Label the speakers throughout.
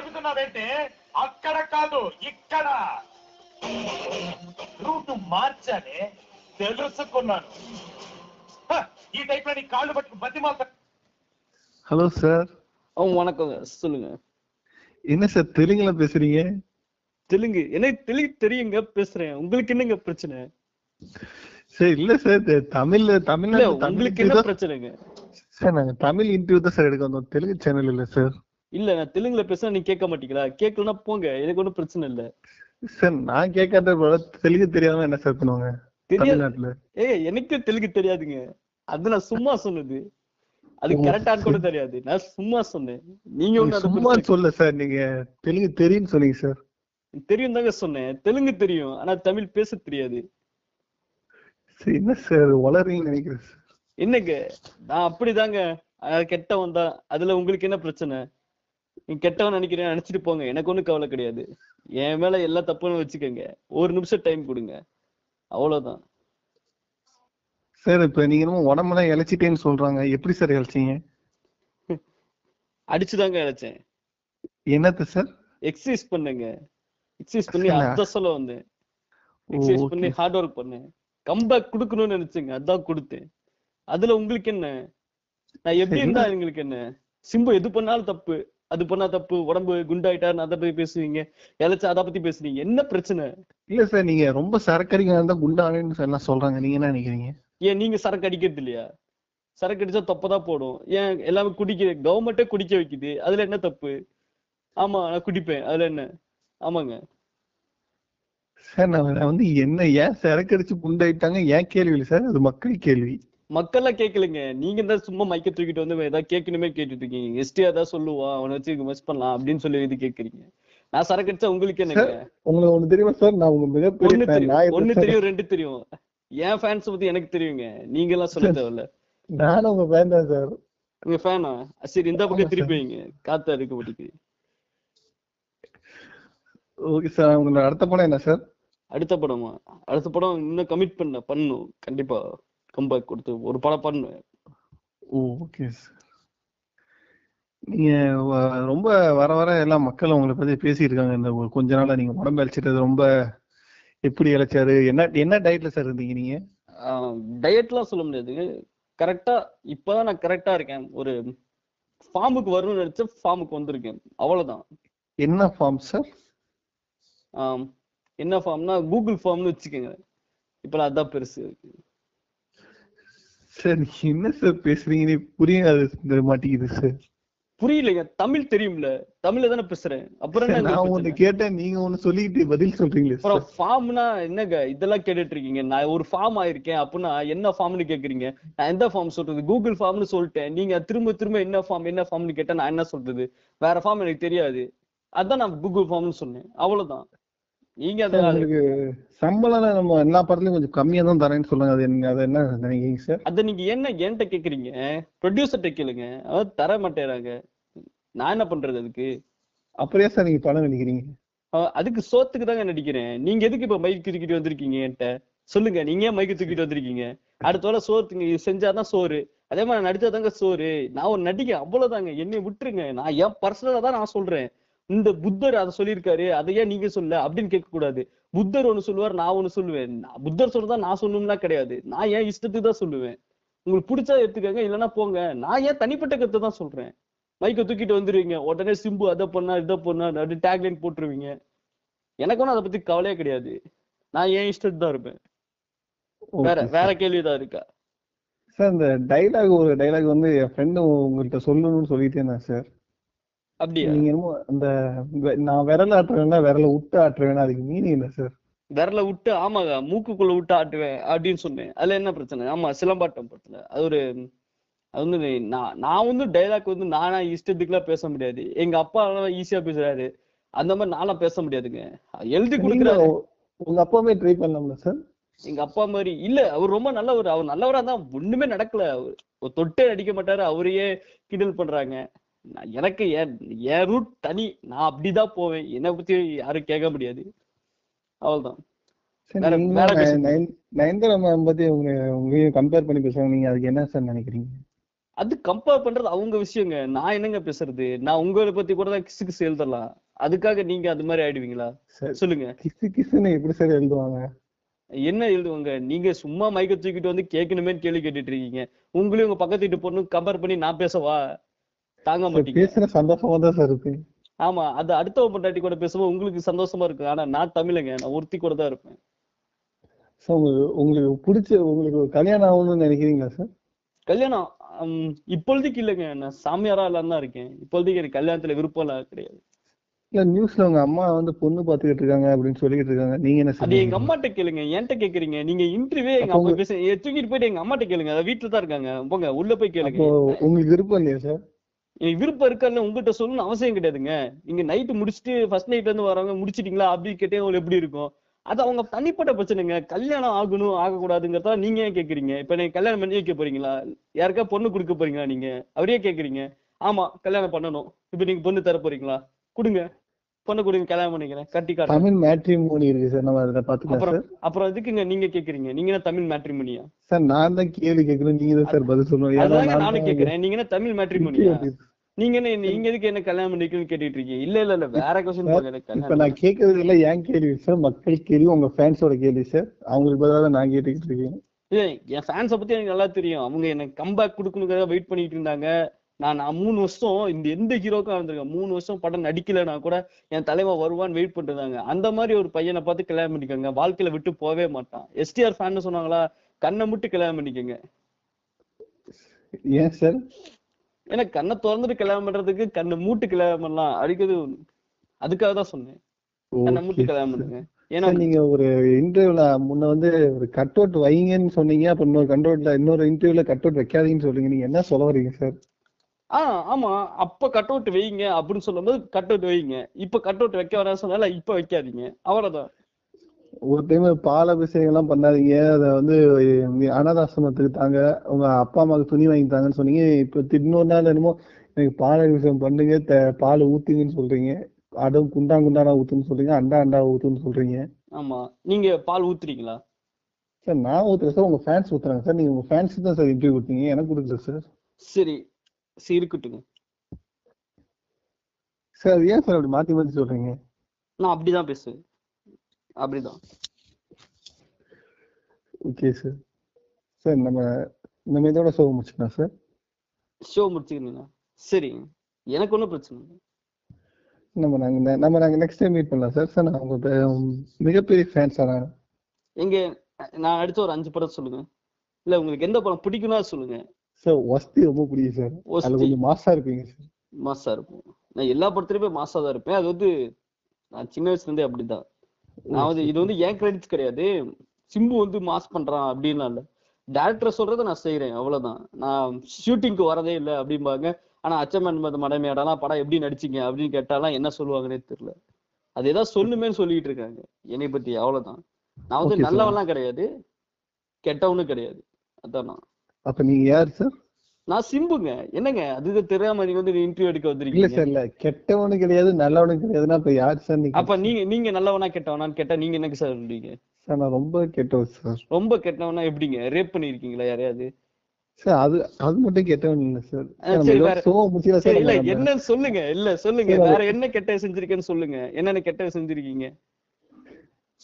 Speaker 1: వెళ్తున్నావేంటే అక్కడ కాదు ఇక్కడ రూట్ మార్చాలి తెలుసుకున్నాను హ, ఈ టైప్ లో నీ కాళ్ళు పట్టుకు బతిమాలత
Speaker 2: ஹலோ சார்
Speaker 3: ஆ வணக்கங்க சொல்லுங்க
Speaker 2: என்ன சார் தெலுங்குல பேசுறீங்க
Speaker 3: தெலுங்கு எனக்கு தெலுங்கு தெரியுங்க பேசுறேன் உங்களுக்கு என்னங்க பிரச்சனை
Speaker 2: சார் இல்ல சார் தெ- தமிழ்ல
Speaker 3: இல்ல
Speaker 2: தமிழ்ல
Speaker 3: உங்களுக்கு என்ன பிரச்சனைங்க
Speaker 2: சார் நாங்க தமிழ் இன்டர்வியூ தான் சார் எடுக்க வந்தோம் தெலுங்கு சேனல் இல்ல சார்
Speaker 3: இல்ல நான் தெலுங்குல பேசினா நீங்க கேட்க மாட்டீங்களா கேட்கலன்னா போங்க எனக்கு ஒன்றும் பிரச்சனை இல்ல
Speaker 2: சார் நான் கேட்காத போல தெலுங்கு தெரியாம என்ன சார் பண்ணுவாங்க
Speaker 3: தெரியாது
Speaker 2: தமிழ்நாட்டுல
Speaker 3: ஏய் எனக்கு தெலுங்கு தெரியாதுங்க அது நான் சும்மா சொன்னது அது
Speaker 2: ஓ,
Speaker 3: கரெக்டான்னு கூட தெரியாது நான் சும்மா சொன்னேன் நீங்க
Speaker 2: நீங்க
Speaker 3: ஒண்ணு அதை
Speaker 2: சும்மா
Speaker 3: பெருசா-
Speaker 2: சொல்ல சார் நீங்க தெலுங்கு தெரியும்னு சொன்னீங்க சார்
Speaker 3: தெரியும் தாங்க சொன்னேன் தெலுங்கு தெரியும் ஆனா தமிழ் பேச தெரியாது
Speaker 2: சார் என்ன சார் வளரீங்கன்னு நினைக்கிறேன் சார்
Speaker 3: என்னங்க நான் அப்படிதாங்க அஹ் கெட்டவன் தான் அதுல உங்களுக்கு என்ன பிரச்சனை நீங்க கெட்டவன் நினைக்கிறேன் நினைச்சிட்டு போங்க எனக்கு ஒண்ணும் கவலை கிடையாது என் மேல எல்லா தப்புன்னு வச்சுக்கோங்க ஒரு நிமிஷம் டைம் கொடுங்க அவ்வளவுதான்
Speaker 2: சார் இப்ப நீங்க என்னமோ உடம்பெல்லாம் இழைச்சிட்டேன்னு சொல்றாங்க எப்படி சார் இழைச்சீங்க
Speaker 3: அடிச்சுதாங்க அழைச்சேன்
Speaker 2: என்னத்த சார்
Speaker 3: எக்ஸசைஸ் பண்ணுங்க எக்ஸசைஸ் பண்ணி
Speaker 2: இல்ல.
Speaker 3: அதான் சொல்ல வந்தேன்
Speaker 2: ஓ,
Speaker 3: எக்ஸசைஸ்
Speaker 2: okay.
Speaker 3: பண்ணி ஹார்ட் ஒர்க் பண்ணேன் கம்பேக் கொடுக்கணும்னு நினைச்சேங்க அதான் கொடுத்தேன் அதுல உங்களுக்கு என்ன நான் எப்படி
Speaker 2: சரி.
Speaker 3: இருந்தா உங்களுக்கு என்ன சிம்பு எது பண்ணாலும் தப்பு அது பண்ணா தப்பு உடம்பு குண்டாயிட்டாருன்னு அதை பத்தி பேசுவீங்க இழைச்சா அதை பத்தி பேசுறீங்க என்ன பிரச்சனை
Speaker 2: இல்ல சார் நீங்க ரொம்ப சரக்கடிங்க தான் குண்டானேன்னு எல்லாம் சொல்றாங்க நீங்க என்ன நினைக்கிறீங்க
Speaker 3: ஏன் நீங்க சரக்கு அடிக்கிறது இல்லையா சரக்கு அடிச்சா தப்பதான் போடும் ஏன் எல்லாமே குடிக்க கவர்மெண்ட்டே குடிக்க வைக்குது அதுல என்ன தப்பு ஆமா நான் குடிப்பேன் அதுல என்ன ஆமாங்க
Speaker 2: சார் நான் நான் வந்து என்ன ஏன் சரக்கடிச்சு புண்டாயிட்டாங்க ஏன் கேள்வி இல்லை சார் அது மக்கள் கேள்வி
Speaker 3: மக்கள்லாம் கேட்கலங்க நீங்க தான் சும்மா மைக்க தூக்கிட்டு வந்து ஏதாவது கேட்கணுமே கேட்டுட்டு இருக்கீங்க எஸ்டி ஏதாவது சொல்லுவான் அவனை வச்சு விமர்ஸ் பண்ணலாம் அப்படின்னு சொல்லி இது கேட்கறீங்க நான் சரக்கு அடிச்சா உங்களுக்கு என்னங்க
Speaker 2: உங்களுக்கு ஒண்ணு தெரியுமா சார் நான் உங்க மிகப்பெரிய
Speaker 3: ஒண்ணு
Speaker 2: fan.
Speaker 3: தெரியும்
Speaker 2: நான் எப்படி
Speaker 3: ஒண்ணு
Speaker 2: சார்
Speaker 3: தெரியும் ரெண்டு தெரியும் என் ஃபேன்ஸ் பத்தி எனக்கு தெரியுங்க நீங்க எல்லாம் சொல்ல தேவையில்ல
Speaker 2: நானும் உங்க ஃபேன் தான் சார்
Speaker 3: உங்க ஃபேனா சரி இந்த
Speaker 2: ஆமா
Speaker 3: பக்கம்
Speaker 2: sir.
Speaker 3: திருப்பி வைங்க காத்தா இருக்க மாட்டேங்குது
Speaker 2: ஓகே சார் உங்களோட அடுத்த படம் என்ன சார்
Speaker 3: அடுத்த படமா அடுத்த படம் இன்னும் கமிட் பண்ண பண்ணும் கண்டிப்பா கம்பேக் கொடுத்து ஒரு படம் பண்ணுவேன்
Speaker 2: ஓ ஓகே சார் நீங்க வ- ரொம்ப வர வர எல்லாம் மக்கள் உங்களை பத்தி பேசியிருக்காங்க இந்த ஒரு கொஞ்ச நாளா நீங்க உடம்பு இழைச்சிட்டது ரொம்ப எப்படி இழைச்சாரு என்ன என்ன டயட்ல சார் இருந்தீங்க நீங்க
Speaker 3: டயட்லாம் சொல்ல முடியாது கரெக்டா இப்பதான் நான் கரெக்டா இருக்கேன் ஒரு ஃபார்முக்கு வரணும்னு நினைச்ச ஃபார்முக்கு வந்திருக்கேன் அவ்வளவுதான்
Speaker 2: என்ன ஃபார்ம் சார்
Speaker 3: ஆம், என்ன ஃபார்ம்னா கூகுள் ஃபார்ம்னு வச்சுக்கோங்க இப்ப நான் அதான் பெருசு
Speaker 2: சார் நீங்க என்ன சார் பேசுறீங்கன்னு புரிய மாட்டேங்குது சார்
Speaker 3: புரியலைங்க தமிழ் தெரியும்ல தமிழ்ல தானே பேசுறேன் அப்புறம் என்ன
Speaker 2: நான்
Speaker 3: உங்களுக்கு
Speaker 2: ஒண்ணு
Speaker 3: பிரச்சனை?
Speaker 2: கேட்டேன் நீங்க ஒண்ணு சொல்லிட்டு பதில் சொல்றீங்களே
Speaker 3: அப்புறம் ஃபார்ம்னா என்னங்க இதெல்லாம் கேட்டுட்டு இருக்கீங்க நான் ஒரு ஃபார்ம் ஆயிருக்கேன் அப்படின்னா என்ன ஃபார்ம்னு கேக்குறீங்க நான் எந்த ஃபார்ம் சொல்றது கூகுள் ஃபார்ம்னு சொல்லிட்டேன் நீங்க திரும்ப திரும்ப என்ன ஃபார்ம் என்ன ஃபார்ம்னு கேட்டா நான் என்ன சொல்றது வேற ஃபார்ம் எனக்கு தெரியாது அதான் நான் கூகுள் ஃபார்ம்னு சொன்னேன் அவ்வளவுதான் நீங்க
Speaker 2: சார்
Speaker 3: அத
Speaker 2: உங்களுக்கு சம்பளம் நம்ம எல்லா படத்துலயும் கொஞ்சம் கம்மியா தான் தரேன்னு சொல்லுங்க அது என்ன அது என்ன நினைக்கிறீங்க சார்
Speaker 3: அத நீங்க என்ன என்கிட்ட கேக்குறீங்க ப்ரொடியூசர்கிட்ட கேளுங்க அதாவது தர மாட்டேறாங்க நான் என்ன பண்றது அதுக்கு
Speaker 2: அப்படியே சார் நீங்க படம் நினைக்கிறீங்க
Speaker 3: அவ- அதுக்கு சோத்துக்கு தாங்க நடிக்கிறேன் நீங்க எதுக்கு இப்ப மைக் தூக்கிட்டு வந்திருக்கீங்க என்கிட்ட சொல்லுங்க நீங்க ஏன் மைக் தூக்கிட்டு வந்திருக்கீங்க அடுத்த வேளை சோறு இது செஞ்சாதான் சோறு அதே மாதிரி நான் நடிச்சாதாங்க சோறு நான் ஒரு நடிகை அவ்வளவுதாங்க என்னை விட்டுருங்க நான் என் பர்சனலா தான் நான் சொல்றேன் இந்த புத்தர் அதை சொல்லியிருக்காரு அதை ஏன் நீங்க சொல்ல அப்படின்னு கேட்க கூடாது புத்தர் ஒண்ணு சொல்லுவார் நான் ஒண்ணு சொல்லுவேன் நான் புத்தர் சொல்றதா நான் சொல்லணும்னா கிடையாது நான் என் இஷ்டத்துக்கு தான் சொல்லுவேன் உங்களுக்கு பிடிச்சா எடுத்துக்கங்க இல்லைன்னா போங்க நான் ஏன் தனிப்பட்ட கருத்தை தான் சொல்றேன் மைக்கை தூக்கிட்டு வந்துருவீங்க உடனே சிம்பு அதை பண்ணா இதை பண்ணா அப்படி டேக்லைன் போட்டுருவீங்க எனக்கு ஒன்றும் அதை பத்தி கவலையே கிடையாது நான் ஏன் இஷ்டத்துக்கு தான் இருப்பேன் வேற வேற கேள்வி தான் இருக்கா
Speaker 2: சார் இந்த டைலாக் ஒரு டைலாக் வந்து என் ஃப்ரெண்டு உங்கள்கிட்ட சொல்லணும்னு சொல்லிட்டே இருந்தா சார்
Speaker 3: அப்படியா
Speaker 2: நீங்க என்னமோ அந்த வெ- நான் விரல் ஆட்டுறேன்னா விரல விட்டு ஆட்டுறேன்னா அதுக்கு மீனிங் என்ன சார்
Speaker 3: விரல விட்டு ஆமாங்க மூக்குக்குள்ள விட்டு ஆட்டுவேன் அப்படின்னு சொன்னேன் அதுல என்ன பிரச்சனை ஆமா சிலம்பாட்டம் படத்துல அது ஒரு அது வந்து நீ- நான் நான் வந்து டைலாக் வந்து நானா இஷ்டத்துக்குலாம் பேச முடியாது எங்க அப்பா ஈஸியா பேசுறாரு அந்த மாதிரி நானா பேச முடியாதுங்க எழுதி
Speaker 2: நீங்க
Speaker 3: கொடுக்குறாரு
Speaker 2: உங்க அப்பாவுமே ட்ரை பண்ணலாம்ல சார்
Speaker 3: எங்க அப்பா மாதிரி இல்ல அவர் ரொம்ப நல்லவர் அவர் நல்லவரா தான் ஒண்ணுமே நடக்கல அவரு ஒரு தொட்டே அடிக்க மாட்டாரு அவரையே கிண்டல் பண்றாங்க நான் எனக்கு என் என் ரூட் தனி நான் அப்படிதான் போவேன் என்னை பத்தி யாரும் கேட்க முடியாது அவ்வளவுதான்
Speaker 2: சார்
Speaker 3: வேற-
Speaker 2: நீங்க
Speaker 3: வேற பேசுங்க.
Speaker 2: நயன்- நயன்தாரா மேம் பத்தி உங்க உங்களையும் கம்பேர் பண்ணி பேசுறாங்க நீங்க அதுக்கு என்ன சார் நினைக்கிறீங்க
Speaker 3: அது கம்பேர் பண்றது அவங்க விஷயங்க நான் என்னங்க பேசுறது நான் உங்களை பத்தி கூட தான் கிசு கிசு எழுதலாம் அதுக்காக நீங்க அது மாதிரி ஆயிடுவீங்களா
Speaker 2: சரி.
Speaker 3: சொல்லுங்க
Speaker 2: கிசு கிசுன்னு எப்படி சார் எழுதுவாங்க
Speaker 3: என்ன எழுதுவாங்க நீங்க சும்மா மைக்க தூக்கிட்டு வந்து கேட்கணுமே கேள்வி கேட்டுட்டு இருக்கீங்க உங்களையும் உங்க பக்கத்து வீட்டு பொண்ணு கம்பேர் பண்ணி நான் பேசவா தாங்க
Speaker 2: சார்,
Speaker 3: மாட்டீங்க
Speaker 2: பேசுற சந்தோஷமா தான் சார் இருக்கு
Speaker 3: ஆமா அது அடுத்தவ பொண்டாட்டி கூட பேசும்போது உங்களுக்கு சந்தோஷமா இருக்கு ஆனா நான் தமிழங்க நான் ஒருத்தி கூட தான் இருப்பேன்
Speaker 2: சார் உங்களுக்கு உங்களுக்கு பிடிச்ச உங்களுக்கு கல்யாணம் ஆகணும்னு நினைக்கிறீங்களா சார்
Speaker 3: கல்யாணம் ஹம், இப்பொழுதைக்கு இல்லைங்க நான் சாமியாரா இல்லாம தான் இருக்கேன் இப்பொழுதைக்கு எனக்கு கல்யாணத்துல விருப்பம் எல்லாம் கிடையாது
Speaker 2: இல்ல நியூஸ்ல உங்க அம்மா வந்து பொண்ணு பாத்துக்கிட்டு இருக்காங்க அப்படின்னு சொல்லிக்கிட்டு இருக்காங்க நீங்க என்ன
Speaker 3: அது எங்க
Speaker 2: சொல்றீங்க
Speaker 3: அம்மாட்ட கேளுங்க என்கிட்ட கேக்குறீங்க நீங்க இன்டர்வியூ எங்க
Speaker 2: அப்போ
Speaker 3: அம்மா பேச ஏ, தூக்கிட்டு போயிட்டு எங்க அம்மாட்ட கேளுங்க அது வீட்டுல தான் இருக்காங்க போங்க உள்ள போய் கேளுங்க
Speaker 2: அப்போ உங்களுக்கு விருப்பம் இல்லையா சார்
Speaker 3: எனக்கு விருப்பம் இருக்கான்னு உங்ககிட்ட சொல்லணும்னு அவசியம் கிடையாதுங்க நீங்க நைட்டு முடிச்சுட்டு ஃபர்ஸ்ட் நைட்ல இருந்து வரவங்க முடிச்சிட்டீங்களா அப்படி கேட்டே உங்களுக்கு எப்படி இருக்கும் அது அவங்க தனிப்பட்ட பிரச்சனைங்க கல்யாணம் ஆகணும் ஆகக்கூடாதுங்கிறதா நீங்க ஏன் கேக்குறீங்க இப்ப நீங்க கல்யாணம் பண்ணி வைக்க போறீங்களா யாருக்கா பொண்ணு கொடுக்க போறீங்களா நீங்க அவரே கேக்குறீங்க ஆமா கல்யாணம் பண்ணணும் இப்ப நீங்க பொண்ணு தர போறீங்களா கொடுங்க பொண்ணு கொடுங்க கல்யாணம் பண்ணிக்கிறேன் கட்டி காட்டுறேன்
Speaker 2: தமிழ் மேட்ரிமோனி இருக்கு சார் நம்ம அதுல பாத்துக்கலாம்
Speaker 3: அப்புறம்
Speaker 2: சார்
Speaker 3: அப்புறம் எதுக்குங்க நீங்க கேக்குறீங்க நீங்க என்ன தமிழ் மேட்ரிமோனியா
Speaker 2: சார் நான் தான் கேள்வி கேக்குறேன் நீங்க தான் சார் பதில் சொல்லணும் ஏன்னா
Speaker 3: அதாங்க
Speaker 2: நான்
Speaker 3: நானும்
Speaker 2: தான்
Speaker 3: கேக்குறேன் நீங்க என்ன தமிழ் மேட்ரிமோனியா நீங்க என்ன நீங்க எதுக்கு என்ன கல்யாணம் பண்ணிக்கணும்னு கேட்டுட்டு இருக்கீங்க இல்ல இல்ல இல்ல வேற கொஸ்டின் பாருங்க எனக்கு
Speaker 2: இப்ப
Speaker 3: கல்யாணம்
Speaker 2: நான் கேக்குறது இல்ல ஏன் கேள்வி சார் மக்கள் கேள்வி உங்க ஃபேன்ஸோட கேள்வி சார் அவங்களுக்கு பதிலா தான் நான் கேட்டுக்கிட்டு இருக்கேன்
Speaker 3: இல்ல என் ஃபேன்ஸ பத்தி எனக்கு நல்லா தெரியும் அவங்க எனக்கு கம்பேக் கொடுக்கணுங்கிறத வெயிட் பண்ணிட்டு இருந்தாங்க நான் நான் மூணு வருஷம் இந்த எந்த ஹீரோக்கும் இருந்திருக்கேன் மூணு வருஷம் படம் நடிக்கலைன்னா கூட என் தலைவன் வருவான்னு வெயிட் பண்ணிருந்தாங்க அந்த மாதிரி ஒரு பையனை பார்த்து கல்யாணம் பண்ணிக்கோங்க வாழ்க்கையில விட்டு போவே மாட்டான் எஸ்டிஆர் ஃபேன்னு சொன்னாங்களா கண்ணை மட்டும் கல்யாணம் பண்ணிக்கோங்க
Speaker 2: ஏன் சார்
Speaker 3: ஏன்னா கண்ணை திறந்துட்டு கல்யாணம் பண்றதுக்கு கண்ணை மூட்டு கல்யாணம் பண்ணலாம் அடிக்கிறது அதுக்காக தான் சொன்னேன் கண்ணை
Speaker 2: Okay,
Speaker 3: மூட்டு கல்யாணம்
Speaker 2: sir.
Speaker 3: பண்ணுங்க
Speaker 2: சார்,
Speaker 3: ஏன்னா
Speaker 2: நீங்க ஒரு இன்டர்வியூல முன்ன வந்து ஒரு கட் அவுட் வைங்கன்னு சொன்னீங்க அப்ப இன்னொரு கட் அவுட்ல இன்னொரு இன்டர்வியூல கட் அவுட் வைக்காதீங்கன்னு சொல்றீங்க நீங்க என்ன சொல்ல வரீங்க சார்
Speaker 3: ஆ ஆமா அப்ப கட் அவுட் வைங்க அப்படின்னு சொல்லும்போது கட் அவுட் வைங்க இப்ப கட் அவுட் வைக்க வராது சொன்னால இப்ப வைக்காதீங்க அவ்வளவுதான்
Speaker 2: ஒரு டைம் பால் அபிஷேகம் எல்லாம் பண்ணாதீங்க அதை வந்து நீ அனாதாசிரமத்துக்கு தாங்க உங்க அப்பா அம்மாவுக்கு துணி வாங்கி தாங்கன்னு சொன்னீங்க இப்ப இன்னொரு நாள் என்னமோ எனக்கு பால் அபிஷேகம் பண்ணுங்க த- பால் ஊத்துங்கன்னு சொல்றீங்க அதுவும் குண்டா குண்டானா ஊத்துன்னு சொல்றீங்க அண்டா அண்டா ஊத்துன்னு சொல்றீங்க
Speaker 3: ஆமா நீங்க பால் ஊத்துறீங்களா
Speaker 2: சார் நான் ஊத்துறேன் சார் உங்க ஃபேன்ஸ் ஊத்துறாங்க சார் நீங்க உங்க ஃபேன்ஸ் தான் சார் இன்டர்வியூ கொடுத்தீங்க எனக்கு கொடுக்கல சார்
Speaker 3: சரி சரி இருக்கட்டுங்க
Speaker 2: சார் ஏன் சார் அப்படி மாத்தி மாத்தி சொல்றீங்க
Speaker 3: நான் அப்படிதான் பேசுவேன் அப்படிதான்
Speaker 2: ஓகே சார் சார் நம்ம நம்ம இதோட சோக முடிச்சுக்கலாம் சார்
Speaker 3: ஷோ முடிச்சுக்கிறீங்களா சரி எனக்கு ஒன்றும் பிரச்சனை இல்லை
Speaker 2: நம்ம நாங்க நெ- நம்ம நாங்க நெக்ஸ்ட் டைம் மீட் பண்ணலாம் சார் சார் நான் உங்க பெ- மிகப்பெரிய ஃபேன்ஸ் நான்
Speaker 3: எங்க நான் அடுத்து ஒரு அஞ்சு படம் சொல்லுங்க இல்ல உங்களுக்கு எந்த படம் பிடிக்கும்னா சொல்லுங்க
Speaker 2: சார் வஸ்தி ரொம்ப பிடிக்கும் சார் அதுல
Speaker 3: ஒஸ்தி.
Speaker 2: கொஞ்சம் மாசா இருப்பீங்க சார்
Speaker 3: மாசா இருக்கும் நான் எல்லா படத்துலயுமே மாசா தான் இருப்பேன் அது வந்து நான் சின்ன வயசுல இருந்தே அப்படிதான் நான் வந்து இது வந்து என் கிரெடிட்ஸ் கிடையாது சிம்பு வந்து மாஸ் பண்றான் அப்படின்லாம் இல்ல டேரக்டர் சொல்றதை நான் செய்றேன் அவ்வளவுதான் நான் ஷூட்டிங்க்கு வரதே இல்லை அப்படிம்பாங்க ஆனா அச்சமன் மத மடமையாடலாம் படம் எப்படி நடிச்சீங்க அப்படின்னு கேட்டாலாம் என்ன சொல்லுவாங்கன்னே தெரியல அது ஏதாவது சொல்லுமே சொல்லிட்டு இருக்காங்க என்னை பத்தி அவ்வளவுதான் நான் வந்து
Speaker 2: Okay, sir.
Speaker 3: நல்லவன்லாம் கிடையாது கெட்டவனும் கிடையாது அதான் நான்.
Speaker 2: அப்ப நீங்க யார் சார்
Speaker 3: நான் சிம்புங்க என்னங்க அது தெரியாம நீங்க வந்து இன்டர்வியூ எடுக்க
Speaker 2: இல்ல
Speaker 3: வந்திருக்கீங்க
Speaker 2: சார் இல்ல கெட்டவனும் கிடையாது நல்லவனும் கிடையாதுன்னா அப்ப யார் சார் நீங்க
Speaker 3: அப்ப நீங்க நீங்க நல்லவனா கெட்டவனான்னு கேட்டா நீங்க என்னங்க சார் சொல்றீங்க
Speaker 2: சார் நான் ரொம்ப கெட்டவன் சார்
Speaker 3: ரொம்ப கெட்டவனா எப்படிங்க ரேப் பண்ணிருக்கீங்களா யாரையாவது
Speaker 2: சார் அது அது மட்டும் கெட்டவன் இல்ல சார்
Speaker 3: ஆ, சரி, வேற-
Speaker 2: சோக முடிச்சுக்கலாம்
Speaker 3: சரி இல்ல
Speaker 2: சார்
Speaker 3: என்னன்னு சொல்லுங்க இல்ல சொல்லுங்க
Speaker 2: சரி,
Speaker 3: வேற என்ன கெட்டது செஞ்சிருக்கேன்னு சொல்லுங்க என்னென்ன கெட்டது செஞ்சிருக்கீங்க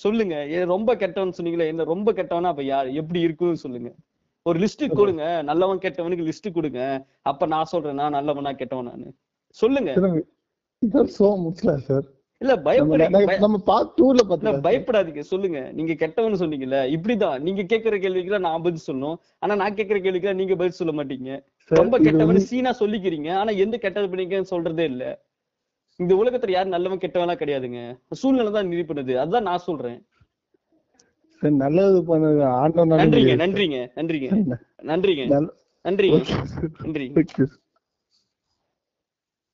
Speaker 3: சொல்லுங்க ஏன் ரொம்ப கெட்டவன்னு சொன்னீங்களே என்ன ரொம்ப கெட்டவனா அப்ப யார் எப்படி இருக்கும்னு சொல்லுங்க ஒரு லிஸ்ட் கொடுங்க நல்லவன் கெட்டவனுக்கு லிஸ்ட் கொடுங்க அப்ப நான் சொல்றேன் நான் நல்லவனா கெட்டவனான்னு சொல்லுங்க
Speaker 2: இதோட சோக முடிச்சுக்கலாம் சார்
Speaker 3: இல்ல
Speaker 2: நம்ம ந-
Speaker 3: பயப்படாதீங்க
Speaker 2: ந- நம்ம பார்ட் டூல
Speaker 3: இல்ல
Speaker 2: பாத்துக்கலாம் சார்.
Speaker 3: பயப்படாதீங்க சொல்லுங்க நீங்க கெட்டவன்னு சொன்னீங்கல்ல இப்படிதான் நீங்க கேக்குற கேள்விக்கெல்லாம் நான் பதில் சொல்லணும் ஆனா நான் கேக்குற கேள்விக்கெல்லாம் நீங்க பதில் சொல்ல மாட்டீங்க
Speaker 2: சார்,
Speaker 3: ரொம்ப
Speaker 2: இது
Speaker 3: கெட்டவன்
Speaker 2: வந்து-
Speaker 3: சீனா சொல்லிக்கிறீங்க ஆனா எந்த கெட்டது பண்ணீங்கன்னு சொல்றதே இல்ல இந்த உலகத்துல யாரும் நல்லவன் கெட்டவனா கிடையாதுங்க சூழ்நிலை தான் நிதி பண்ணுது அதுதான் நான் சொல்றேன்
Speaker 2: சார், நல்லது பண்ண ஆண்டவனால
Speaker 3: நன்றிங்க
Speaker 2: முடியாது சார்.
Speaker 3: நன்றிங்க நன்றிங்க
Speaker 2: ந-
Speaker 3: நன்றிங்க
Speaker 2: நல்ல-
Speaker 3: நன்றிங்க
Speaker 2: ஓகே சார்.
Speaker 3: நன்றி
Speaker 2: ஓகே சார்.